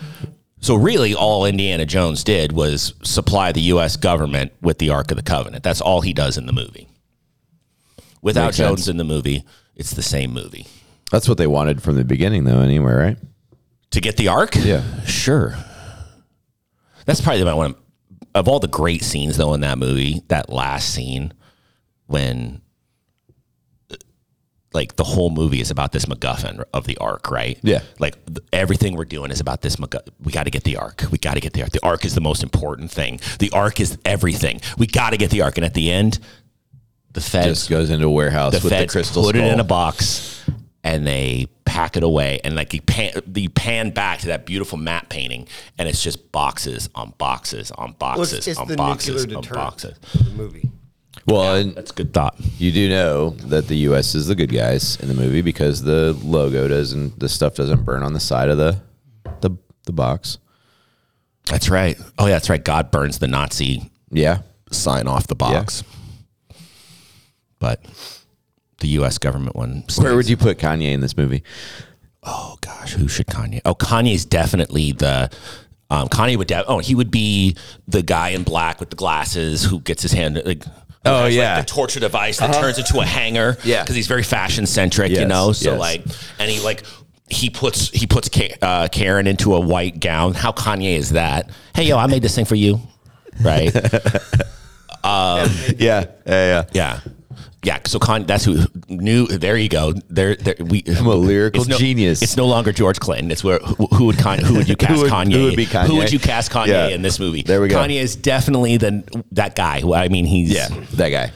A: So really all Indiana Jones did was supply the US government with the Ark of the Covenant. That's all he does in the movie. Without
B: Makes
A: Jones
B: sense.
A: in the movie, it's the same movie.
B: That's what they wanted from the beginning, though, anyway, right?
A: To get the Ark?
B: Yeah.
A: Sure. That's probably the one of all the great scenes though in that movie, that last scene when like the whole movie is about this MacGuffin of the Ark, right?
B: Yeah.
A: Like th- everything we're doing is about this MacGuffin. We got to get the Ark. We got to get the Ark. The Ark is the most important thing. The Ark is everything. We got to get the Ark. And at the end, the feds
B: Just goes into a warehouse
A: the
B: with the
A: feds
B: crystal
A: put it
B: skull.
A: in a box and they pack it away and like you pan, you pan back to that beautiful map painting and it's just boxes on boxes on boxes on boxes on boxes
C: of the movie.
B: well, and
A: that's a good thought
B: you do know that the U.S. is the good guys in the movie because the logo doesn't, the stuff doesn't burn on the side of the the, the box.
A: that's right oh yeah that's right god burns the nazi
B: Yeah.
A: sign off the box but the us government one
B: Where would you put Kanye in this movie?
A: oh gosh who should kanye oh kanye's definitely the um, kanye would de- oh he would be the guy in black with the glasses who gets his hand like has,
B: Oh,
A: like,
B: yeah. Uh-huh.
A: the torture device that turns into a hanger
B: Yeah.
A: because he's very fashion centric you
B: Yes,
A: know so
B: yes.
A: like and he like he puts he puts Ka- uh, Karen into a white gown how Kanye is that hey yo I made this thing for you right
B: Yeah. Yeah. yeah.
A: yeah yeah so Kanye that's who knew there you go there, there we
B: I'm a lyrical
A: it's no,
B: genius.
A: It's no longer George Clinton. It's where who, who would Kanye, who would you cast
B: would-
A: Kanye?
B: who would be Kanye?
A: Who would you cast Kanye
B: Yeah.
A: in this movie?
B: There we go.
A: Kanye is definitely the that guy. Who I mean, he's
B: yeah. That guy.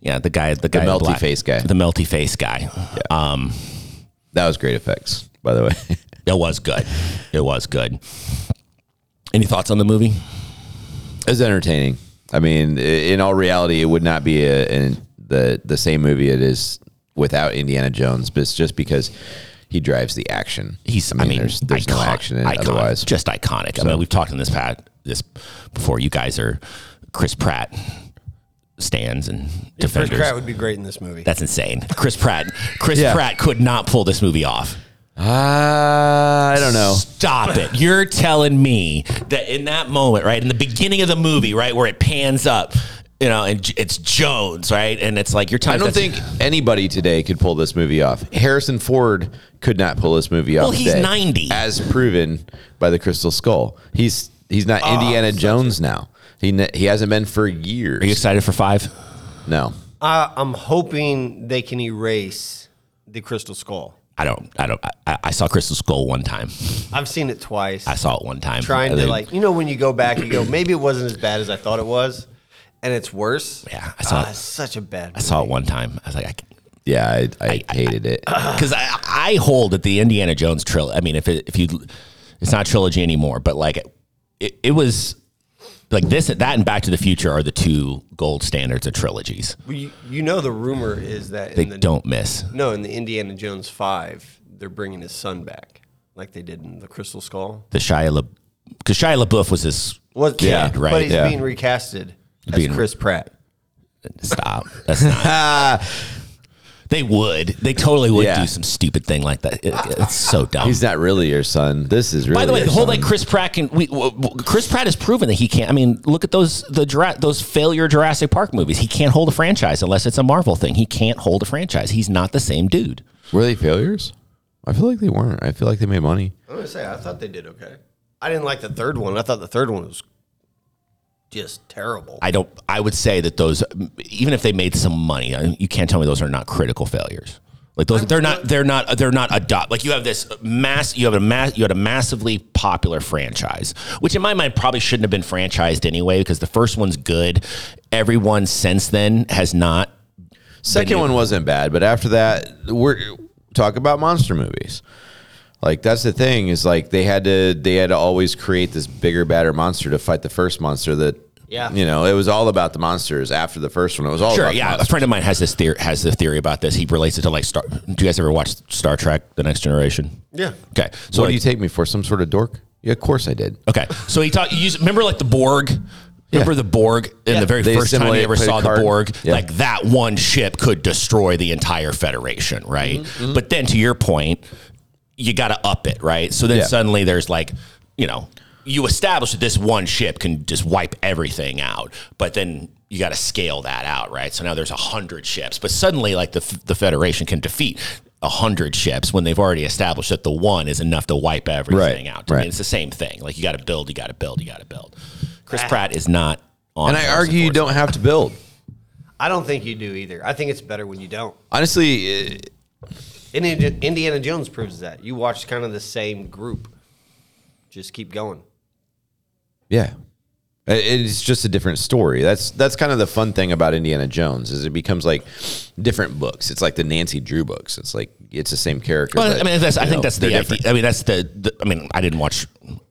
A: yeah, the guy, the guy, in
B: melty
A: black.
B: face guy.
A: the melty face guy. Um,
B: That was great effects, by the way.
A: it was good. It was good. Any thoughts on the movie?
B: it was entertaining. I mean, i- in all reality, it would not be a, in the the same movie it is without Indiana Jones, but it's just because he drives the action.
A: He's, I mean,
B: there's, there's no
A: icon-
B: action in it
A: icon-
B: otherwise.
A: Just iconic. I mean, we've talked in this pat this before. You guys are Chris Pratt stands and
C: Chris
A: defenders.
C: Pratt would be great in this movie.
A: That's insane. Chris Pratt. Chris
B: Yeah.
A: Pratt could not pull this movie off.
B: Uh, Ah, I don't know.
A: Stop it. You're telling me that in that moment, right, in the beginning of the movie, right, where it pans up, you know, and J- it's Jones, right? And it's like you're
B: I
A: telling
B: don't think anybody today could pull this movie off. Harrison Ford could not pull this movie off.
A: Well, he's
B: today,
A: 90.
B: as proven by the Crystal Skull. He's he's not
A: Ah,
B: Indiana Jones now. He ne- he hasn't been for years.
A: Are you excited for five?
B: no.
C: I, I'm hoping they can erase the crystal skull.
A: I don't. I don't. I, I saw Crystal Skull one time.
C: I've seen it twice.
A: I saw it one time.
C: trying
A: And
C: to
A: then-
C: like you know when you go back you go maybe it wasn't as bad as I thought it was, and it's worse.
A: Yeah, I saw
C: Ah,
A: it.
C: it's such a bad.
A: I saw it one time. I was like, I can't.
B: Yeah, I, I, hated it.
A: because I, I hold that the Indiana Jones trilogy. I mean, if it, if you, it's not trilogy anymore, but like it, it was like this, that, and Back to the Future are the two gold standards of trilogies.
C: Well, You, you know the rumor is that
A: They
C: in the,
A: don't miss.
C: no in the Indiana Jones five they're bringing his son back like they did in the Crystal Skull.
A: The Shia La, because Shia LaBeouf was this.
C: Well,
A: Yeah, right,
C: But he's
A: yeah.
C: being recasted as
A: Being-
C: Chris Pratt.
A: Stop. That's not. they would. They totally would
B: Yeah.
A: do some stupid thing like that. It- it's so dumb.
B: He's not really your son. This is really.
A: By the way,
B: your
A: the whole
B: son.
A: like Chris Pratt can we, w- w- Chris Pratt has proven that he can't. I mean, look at those the Jura- those failure Jurassic Park movies. He can't hold a franchise unless it's a Marvel thing. He can't hold a franchise. He's not the same dude.
B: were they failures? I feel like they weren't. I feel like they made money.
C: I'm gonna say I thought they did okay. I didn't like the third one. I thought the third one was just terrible.
A: I don't. I would say that those, even if they made some money, I- you can't tell me those are not critical failures. Like those, they're not. They're not. They're not adopt. Like you have this mass. You have a mass. You had a massively popular franchise, which in my mind probably shouldn't have been franchised anyway because the first one's good. Everyone since then has not
B: Second one wasn't bad, but after that, we're talk about monster movies. Like that's the thing is like they had to they had to always create this bigger, badder monster to fight the first monster that.
C: Yeah.
B: You know, it was all about the monsters after the first one. It was all
A: Sure,
B: about the
A: yeah. A
B: monsters.
A: friend of mine has this theory has the theory about this. He relates it to like Star. Do you guys ever watch Star Trek: The Next Generation?
C: Yeah.
A: Okay. So
B: So what do
A: like-
B: you take me for? Some sort of dork? Yeah, of course I did.
A: okay. So he taught. You use- remember like the Borg. Remember the Borg in the very
B: They
A: first time you
B: assimilate,
A: ever
B: play
A: saw
B: the
A: the
B: card.
A: Borg?
B: Yeah.
A: Like that one ship could destroy the entire Federation, right?
B: Mm-hmm,
A: But then to your point, you got to up it, right? So then
B: Yeah.
A: suddenly there's like, you know, you establish that this one ship can just wipe everything out, but then you got to scale that out, right? So now there's a hundred ships, but suddenly like the f- the Federation can defeat a hundred ships when they've already established that the one is enough to wipe everything
B: Right,
A: out. To me,
B: right.
A: it's the same thing. Like you got to build, you got to build, you got to build. Chris Pratt is not on.
B: Ah. And I
A: those,
B: argue you don't have to build.
C: I don't think you do either. I think it's better when you don't.
B: Honestly, eh,
C: Indiana, Indiana Jones proves that. You watch kind of the same group. Just keep going.
B: Yeah. It- It's just a different story. That's that's kind of the fun thing about Indiana Jones is it becomes like different books. It's like the Nancy Drew books. It's like it's the same character.
A: Well,
B: but,
A: I mean, that's, I
B: you
A: think
B: know,
A: that's the idea.
B: they're different.
A: I mean, that's the, the. I mean, I didn't watch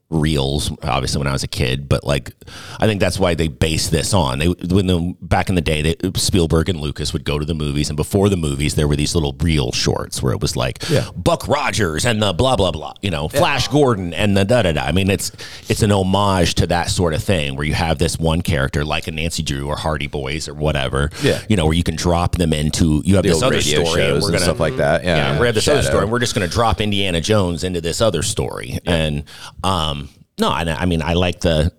A: reels obviously when I was a kid, but like, I think that's why they base this on. They when the back in the day, they, Spielberg and Lucas would go to the movies, and before the movies, there were these little reel shorts where it was like Buck Rogers and the blah blah blah, you know, Flash Gordon and the da da da. I mean, it's it's an homage to that sort of thing where you have this one character like a Nancy Drew or Hardy Boys or whatever,
B: Yeah.
A: you know, where you can drop them into you have
B: The
A: this
B: old
A: other
B: radio
A: story
B: shows and
A: gonna-
B: stuff like that. Yeah,
A: yeah,
B: yeah.
A: we have this other
B: Shadow.
A: story. and We're just going to drop Indiana Jones into this other story, and um, no, I, I mean, I like the,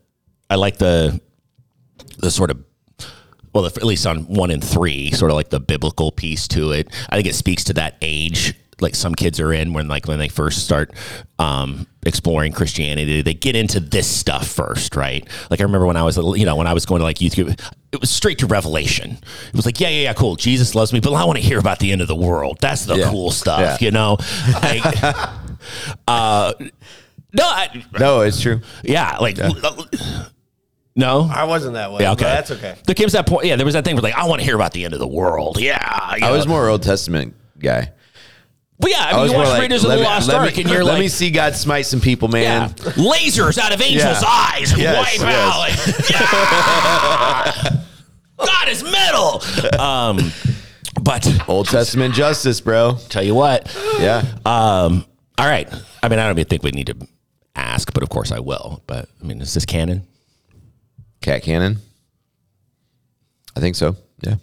A: I like the, the sort of, well, at least on one and three, sort of like the biblical piece to it. I think it speaks to that age, like some kids are in when, like, when they first start um, exploring Christianity, they get into this stuff first, right? Like, I remember when I was, a little- you know, when I was going to like youth group, it was straight to Revelation. It was like, yeah, yeah, yeah, cool. Jesus loves me, but I want to hear about the end of the world. That's the
B: Yeah.
A: cool stuff,
B: Yeah.
A: you know. Like, uh, no, I,
B: No, it's true.
A: yeah, like no.
C: I wasn't that way.
A: Yeah,
C: but
A: okay,
C: that's okay.
A: There comes that point. Yeah, there was that thing where like I want to hear about the end of the world. Yeah, you
B: I
A: know.
B: was more Old Testament guy.
A: But yeah, I mean,
B: I was
A: you
B: more
A: watch
B: like,
A: Raiders of
B: let
A: the
B: me-
A: Lost
B: let me-
A: Ark, and you're
B: let
A: like,
B: me see God smite some people,
A: yeah,
B: man.
A: lasers out of angels'
B: Yeah.
A: eyes and
B: Yes,
A: wipe
B: yes.
A: out. Yeah! God is metal. Um, but
B: Old Testament justice, bro.
A: tell you what,
B: Yeah,
A: um, all right. I mean, I don't even think we need to ask, but of course I will. But I mean, is this canon?
B: Cat Cannon. I think so. Yeah.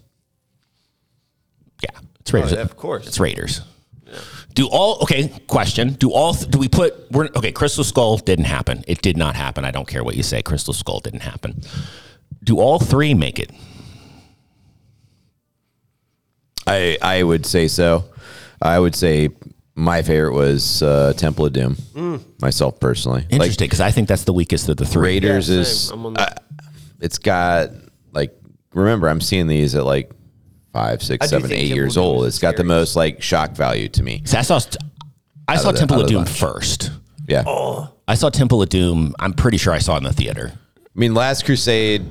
A: Yeah, it's Raiders.
B: Oh,
C: yeah, Oh, of course.
A: it's Raiders. Do all okay? Question: Do all? Do we put? We're okay. Crystal Skull didn't happen. It did not happen. I don't care what you say. Crystal Skull didn't happen. Do all three make it?
B: I I would say so. I would say my favorite was uh, Temple of Doom.
C: Mm.
B: Myself personally, like
A: Interesting, because I think that's the weakest of the three.
B: Raiders
C: Yeah,
B: is
C: same. I'm on
A: uh,
C: the-
B: it's got like remember I'm seeing these at like five, six,
C: do
B: seven, eight
C: think Temple
B: years
C: of Doom
B: old.
C: is
B: It's got the
C: scary.
B: most like shock value to me.
A: See, I saw. st- I saw
B: of the-
A: Temple
B: out
A: of
B: of the
A: Doom
B: bunch.
A: first.
B: Yeah.
C: Oh.
A: I saw Temple of Doom. I'm pretty sure I saw it in the theater.
B: I mean, Last Crusade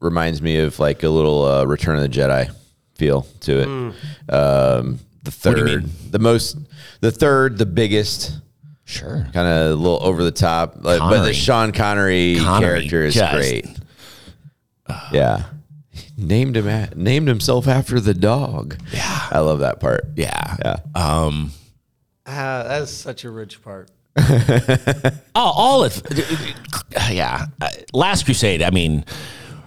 B: reminds me of like a little uh, Return of the Jedi feel to it.
C: Mm.
B: Um, the
A: What do you
B: third,
A: mean?
B: the most, the third, the biggest,
A: Sure.
B: kind of a little over the top. Like, but
A: Connery.
B: the Sean Connery,
A: Connery,
B: character is
A: just-
B: great. yeah, named him a- named himself after the dog. Yeah, I love that part.
A: Yeah.
B: yeah.
E: Ah, that's such a rich part.
A: Oh, all of yeah. Uh, Last Crusade. I mean,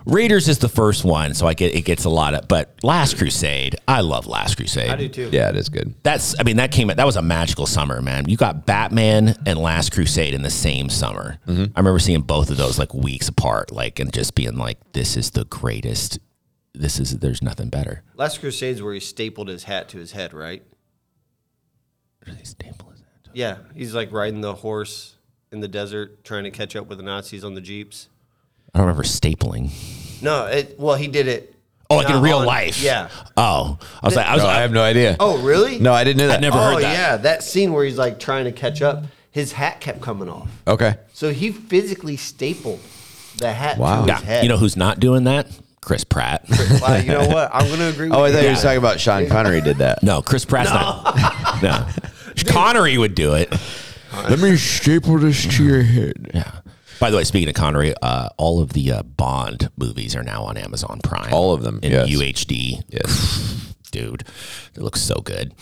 A: Raiders is the first one, so I get it gets a lot of. But Last Crusade, I love Last Crusade.
E: I do too.
B: yeah, it is good.
A: That's. I mean, that came. That was a magical summer, man. You got Batman and Last Crusade in the same summer.
C: Mm-hmm.
A: I remember seeing both of those like weeks apart, like and just being like, "This is the greatest. This is. There's nothing better."
C: Last Crusades where he stapled his hat to his head, right? Yeah, he's like riding the horse in the desert trying to catch up with the Nazis on the jeeps.
A: I don't remember stapling.
C: No, it, well he did it.
A: Oh, like in
C: not
A: real
C: on-
A: life.
C: Yeah.
A: Oh, I was like, I was.
B: No, I
A: I,
B: have no idea.
C: Oh, really?
B: no, I didn't know that.
A: never
C: Oh
A: heard that.
C: yeah, that scene where he's like trying to catch up, his hat kept coming off.
B: Okay.
C: So he physically stapled the hat
B: Wow.
C: to his
A: Yeah.
C: head.
A: You know who's not doing that? Chris Pratt.
C: Wow, you know what? I'm gonna agree with
B: Oh, I thought you
A: Yeah.
B: were talking about Sean Connery did that.
A: No, Chris Pratt's not. No. Connery would do it.
B: Let me staple this to your head.
A: Yeah. By the way, speaking of Connery, uh, all of the uh, Bond movies are now on Amazon Prime.
B: All of them,
A: in
B: yes.
A: UHD.
B: Yes.
A: Dude, it looks so good.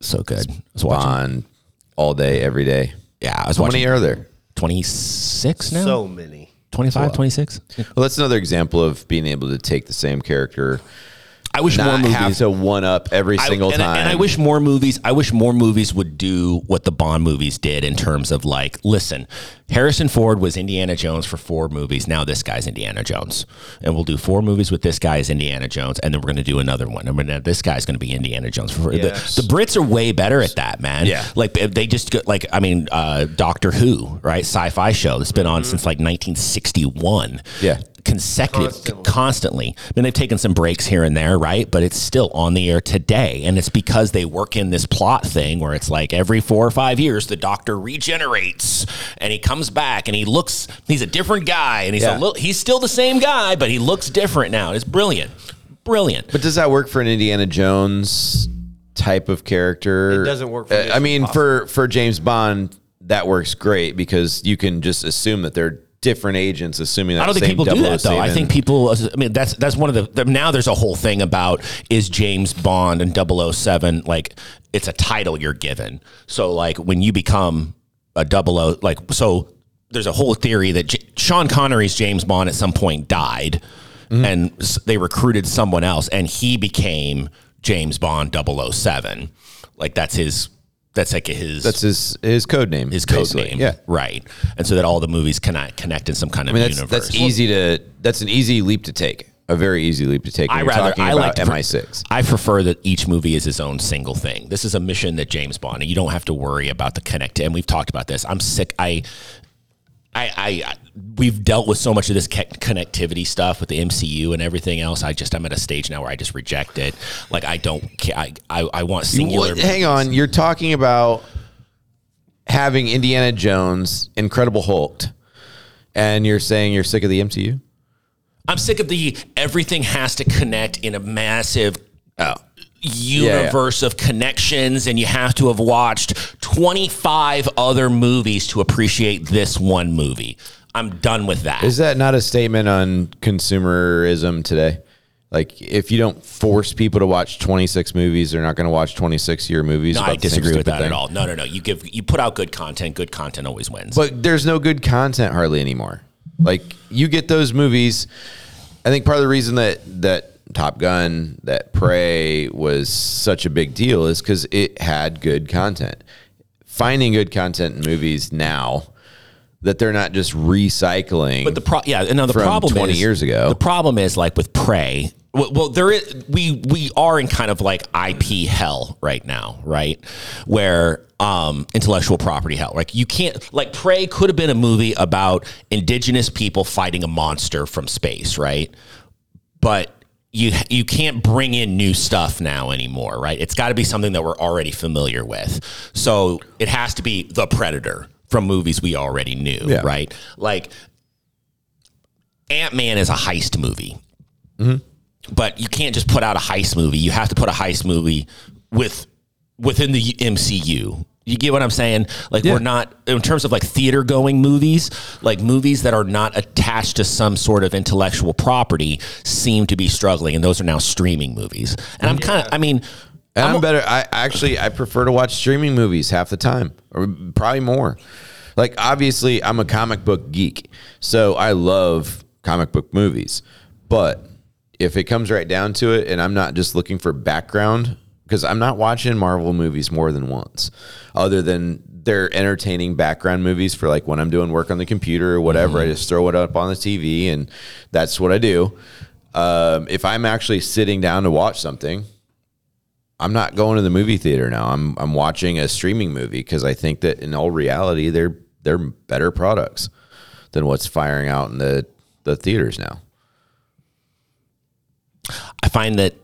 A: So good. I was watching.
B: Bond all day, every day.
A: Yeah, I was
B: How
A: watching.
B: many are there?
A: 26 now?
C: so many.
A: 25, 26?
B: Well, that's another example of being able to take the same character,
A: I wish more
B: not
A: movies.
B: have to one up every
A: I-
B: single
A: and,
B: time.
A: I, and I wish more movies. I wish more movies would do what the Bond movies did in terms of like, listen, Harrison Ford was Indiana Jones for four movies. Now this guy's Indiana Jones, and we'll do four movies with this guy as Indiana Jones, and then we're going to do another one. And we're gonna, this guy's going to be Indiana Jones for
C: Yes.
A: the, the Brits are way better at that, man.
B: Yeah.
A: like they- they just go, like I mean, uh, Doctor Who, right? Sci-fi show that's been on since like 1961.
B: Mm-hmm. Yeah.
A: consecutive,
C: Constantly.
A: constantly. Then they've taken some breaks here and there, right? But it's still on the air today. And it's because they work in this plot thing where it's like every four or five years, the doctor regenerates and he comes back and he looks, he's a different guy and he's
B: Yeah.
A: a little, he's still the same guy, but he looks different now. It's brilliant. Brilliant.
B: but does that work for an Indiana Jones type of character?
C: It doesn't work for
B: Uh, I
C: Mission
B: mean, for for James Bond, that works great because you can just assume that they're different agents. Assuming that
A: I don't think
B: same
A: people do that though. I
B: 007.
A: think people. I mean, that's that's one of the now. There's a whole thing about is James Bond and 007 like it's a title you're given. So like when you become a double O, like so there's a whole theory that J- Sean Connery's James Bond at some point died,
B: Mm-hmm.
A: and s- they recruited someone else, and he became James Bond 007. Like that's his. That's like his.
B: that's his his code name.
A: his code
B: basically.
A: name,
B: Yeah.
A: right, and so that all the movies cannot connect in some kind of
B: I mean, that's
A: universe.
B: that's easy to that's an easy leap to take. A very easy leap to take. When
A: I
B: you're
A: rather
B: talking
A: I like
B: about
A: to pre-
B: MI6.
A: I prefer that each movie is its own single thing. This is a mission that James Bond. You don't have to worry about the connect. And we've talked about this. I'm sick. I. I, I, I we've dealt with so much of this co- connectivity stuff with the MCU and everything else. I just I'm at a stage now where I just reject it. Like I don't care. I, I I want singular.
B: What- hang on, you're talking about having Indiana Jones, Incredible Hulk, and you're saying you're sick of the MCU?
A: I'm sick of the everything has to connect in a massive
B: Oh. yeah.
A: universe of connections, and you have to have watched 25 other movies to appreciate this one movie. I'm done with that.
B: Is that not a statement on consumerism today? Like, if you don't force people to watch 26 movies, they're not going to watch 26 year movies.
A: no,
B: about
A: I
B: the same
A: disagree with
B: stupid
A: that
B: thing.
A: at all. No, no, no. You give you put out good content. Good content always wins.
B: But there's no good content hardly anymore. Like you get those movies. I think part of the reason that that Top Gun, that Prey was such a big deal is because it had good content. Finding good content in movies now that they're not just recycling.
A: But the pro- yeah, no, the
B: from
A: problem
B: 20
A: is-
B: years ago.
A: The problem is like with prey. Well, well, there is we we are in kind of like IP hell right now, right? Where um intellectual property hell. Like you can't like prey could have been a movie about indigenous people fighting a monster from space, right? But you you can't bring in new stuff now anymore, right? It's got to be something that we're already familiar with. So it has to be the Predator from movies we already knew,
B: Yeah.
A: right? Like Ant Man is a heist movie, but you can't just put out a heist movie. You have to put a heist movie with within the MCU. You get what I'm saying? Like we're not in terms of like theater going movies, like movies that are not attached to some sort of intellectual property seem to be struggling and those are now streaming movies. And I'm kind of I mean
B: Mm-hmm. And I'm, better. I actually I prefer to watch streaming movies half the time, or probably more. Like obviously, I'm a comic book geek, so I love comic book movies. But if it comes right down to it, and I'm not just looking for background, because I'm not watching Marvel movies more than once, other than they're entertaining background movies for like when I'm doing work on the computer or whatever. I just throw it up on the TV, and that's what I do. Um, if I'm actually sitting down to watch something, I'm not going to the movie theater now. I'm I'm watching a streaming movie because I think that in all reality they're they're better products than what's firing out in the the theaters now.
A: I find that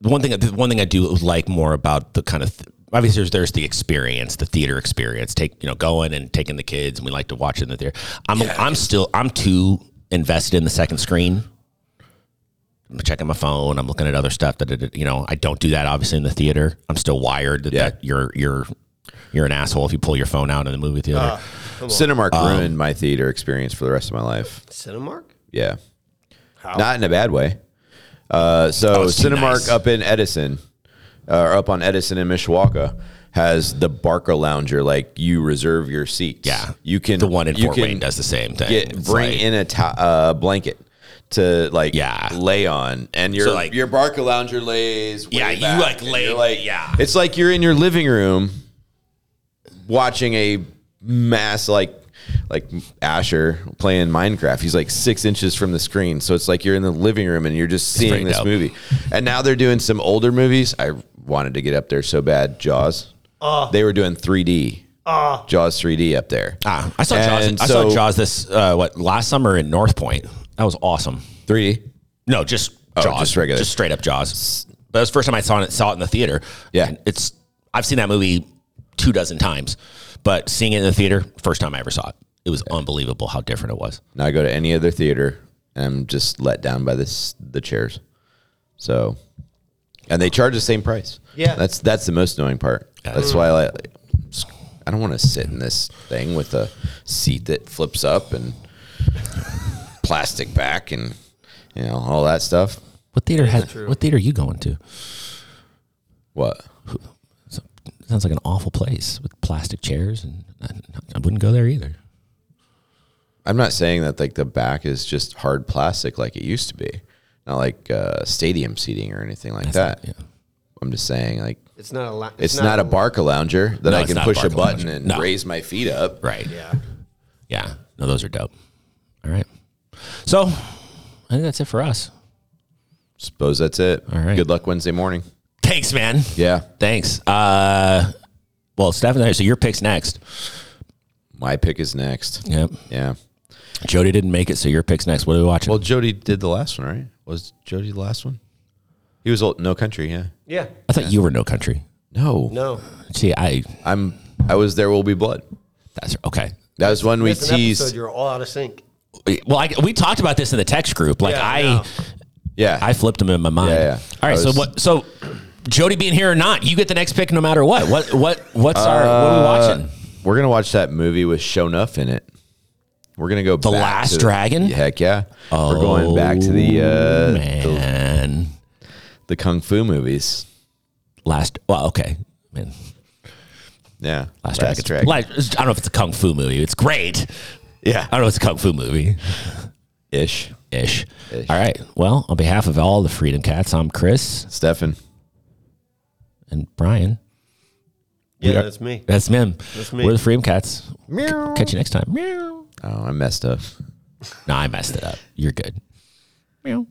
A: the one thing the one thing I do like more about the kind of obviously there's, there's the experience, the theater experience. Take you know going and taking the kids, and we like to watch in the theater. I'm I'm still I'm too invested in the second screen. I'm checking my phone. I'm looking at other stuff that it- you know I don't do that obviously in the theater. I'm still wired that,
B: Yeah.
A: that you're you're you're an asshole if you pull your phone out in the movie theater.
B: Uh, Cinemark
A: Um,
B: ruined my theater experience for the rest of my life.
C: Cinemark?
B: Yeah, not in a bad way. Uh, so
A: it's too
B: Cinemark
A: nice.
B: up in Edison, uh, or up on Edison in Mishawaka, has the Barker Lounger. Like you reserve your seats.
A: Yeah.
B: you can.
A: the one in
B: you
A: Fort
B: can
A: Wayne does the same thing.
B: get
A: It's
B: bring
A: like-
B: in a to- uh, blanket to like
A: Yeah.
B: lay on, and your
A: So, like-
B: your Barca lounger lays. way
A: Yeah, you,
B: back,
A: like,
B: and
A: lay-
B: you're,
A: yeah.
B: It's like you're in your living room watching a mass like like Asher playing Minecraft. He's like six inches from the screen, so it's like you're in the living room and you're just
A: pretty
B: seeing this
A: dope.
B: movie. And now they're doing some older movies. I wanted to get up there so bad. Jaws. they were doing 3D. Jaws 3D up there.
A: Ah, I saw Jaws.
B: And
A: I saw
B: so-
A: Jaws this uh, what last summer in North Point. That was awesome.
B: 3D.
A: No, just
B: Oh,
A: Jaws,
B: just regular.
A: just straight up Jaws. But it was the first time I saw it saw it in the theater.
B: Yeah.
A: And it's I've seen that movie two dozen times, but seeing it in the theater, first time I ever saw it, it was unbelievable how different it was.
B: Now I go to any other theater and I'm just let down by this the chairs. So, and they charge the same price.
E: Yeah.
B: that's that's the most annoying part. That's why I like, I don't want to sit in this thing with a seat that flips up and plastic back and you know all that stuff.
A: What theater has? What theater are you going to?
B: What?
A: Sounds like an awful place with plastic chairs, and I, I wouldn't go there either.
B: I'm not saying that like the back is just hard plastic like it used to be, not like uh, stadium seating or anything like that.
A: Yeah.
B: I'm just saying like
E: It's not a lot.
B: It's, not, a Barca lounger that
A: No,
B: I
A: it's
B: can
A: not a
B: push a,
A: Barca
B: button
A: lounger.
B: and
A: No.
B: raise my feet up.
A: Right.
E: Yeah.
A: Yeah. No, those are dope. All right. So I think that's it for us.
B: Suppose that's it.
A: All right.
B: Good luck Wednesday morning.
A: Thanks, man.
B: Yeah.
A: Thanks. Uh, well, Stefan, so your pick's next.
B: My pick is next.
A: Yep.
B: Yeah.
A: Jody didn't make it, so your pick's next. What are we watching?
B: Well, Jody did the last one, right? Was Jody the last one? He was old, no country. Yeah.
E: Yeah.
A: I thought you were No Country.
B: No.
E: No.
A: See, I
B: I'm. I was there. Will be blood.
A: that's okay.
B: That was when we
E: It's an episode.
B: teased.
E: You're all out of sync.
A: Well, I, we talked about this in the text group. Like
E: Yeah,
A: I,
E: I know.
B: Yeah.
A: I flipped him in my mind.
B: Yeah, yeah.
A: All right.
B: I
A: So
B: was-
A: what? So Jody being here or not, you get the next pick no matter what. What? What? What's our? What are
B: Uh,
A: we watching?
B: We're gonna watch that movie with Shonuff in it. We're gonna go. The
A: Last Dragon? Oh,
B: Heck yeah. We're going back to the uh, the,
A: Man,
B: the kung fu movies.
A: last. Well, okay. Man,
B: Yeah.
A: last, dragon. Like, I don't know if it's a kung fu movie. It's great.
B: Yeah.
A: I don't know. if It's a kung fu movie.
B: Ish.
A: ish. All right. Well, on behalf of all the Freedom Cats, I'm Chris
B: Stefan.
A: and Brian.
C: Yeah, that's me.
A: That's Mim.
C: me.
A: We're the Freedom Cats. C- catch you next time. Meow.
B: Oh, I messed up.
A: No, I messed it up. You're good. Meow.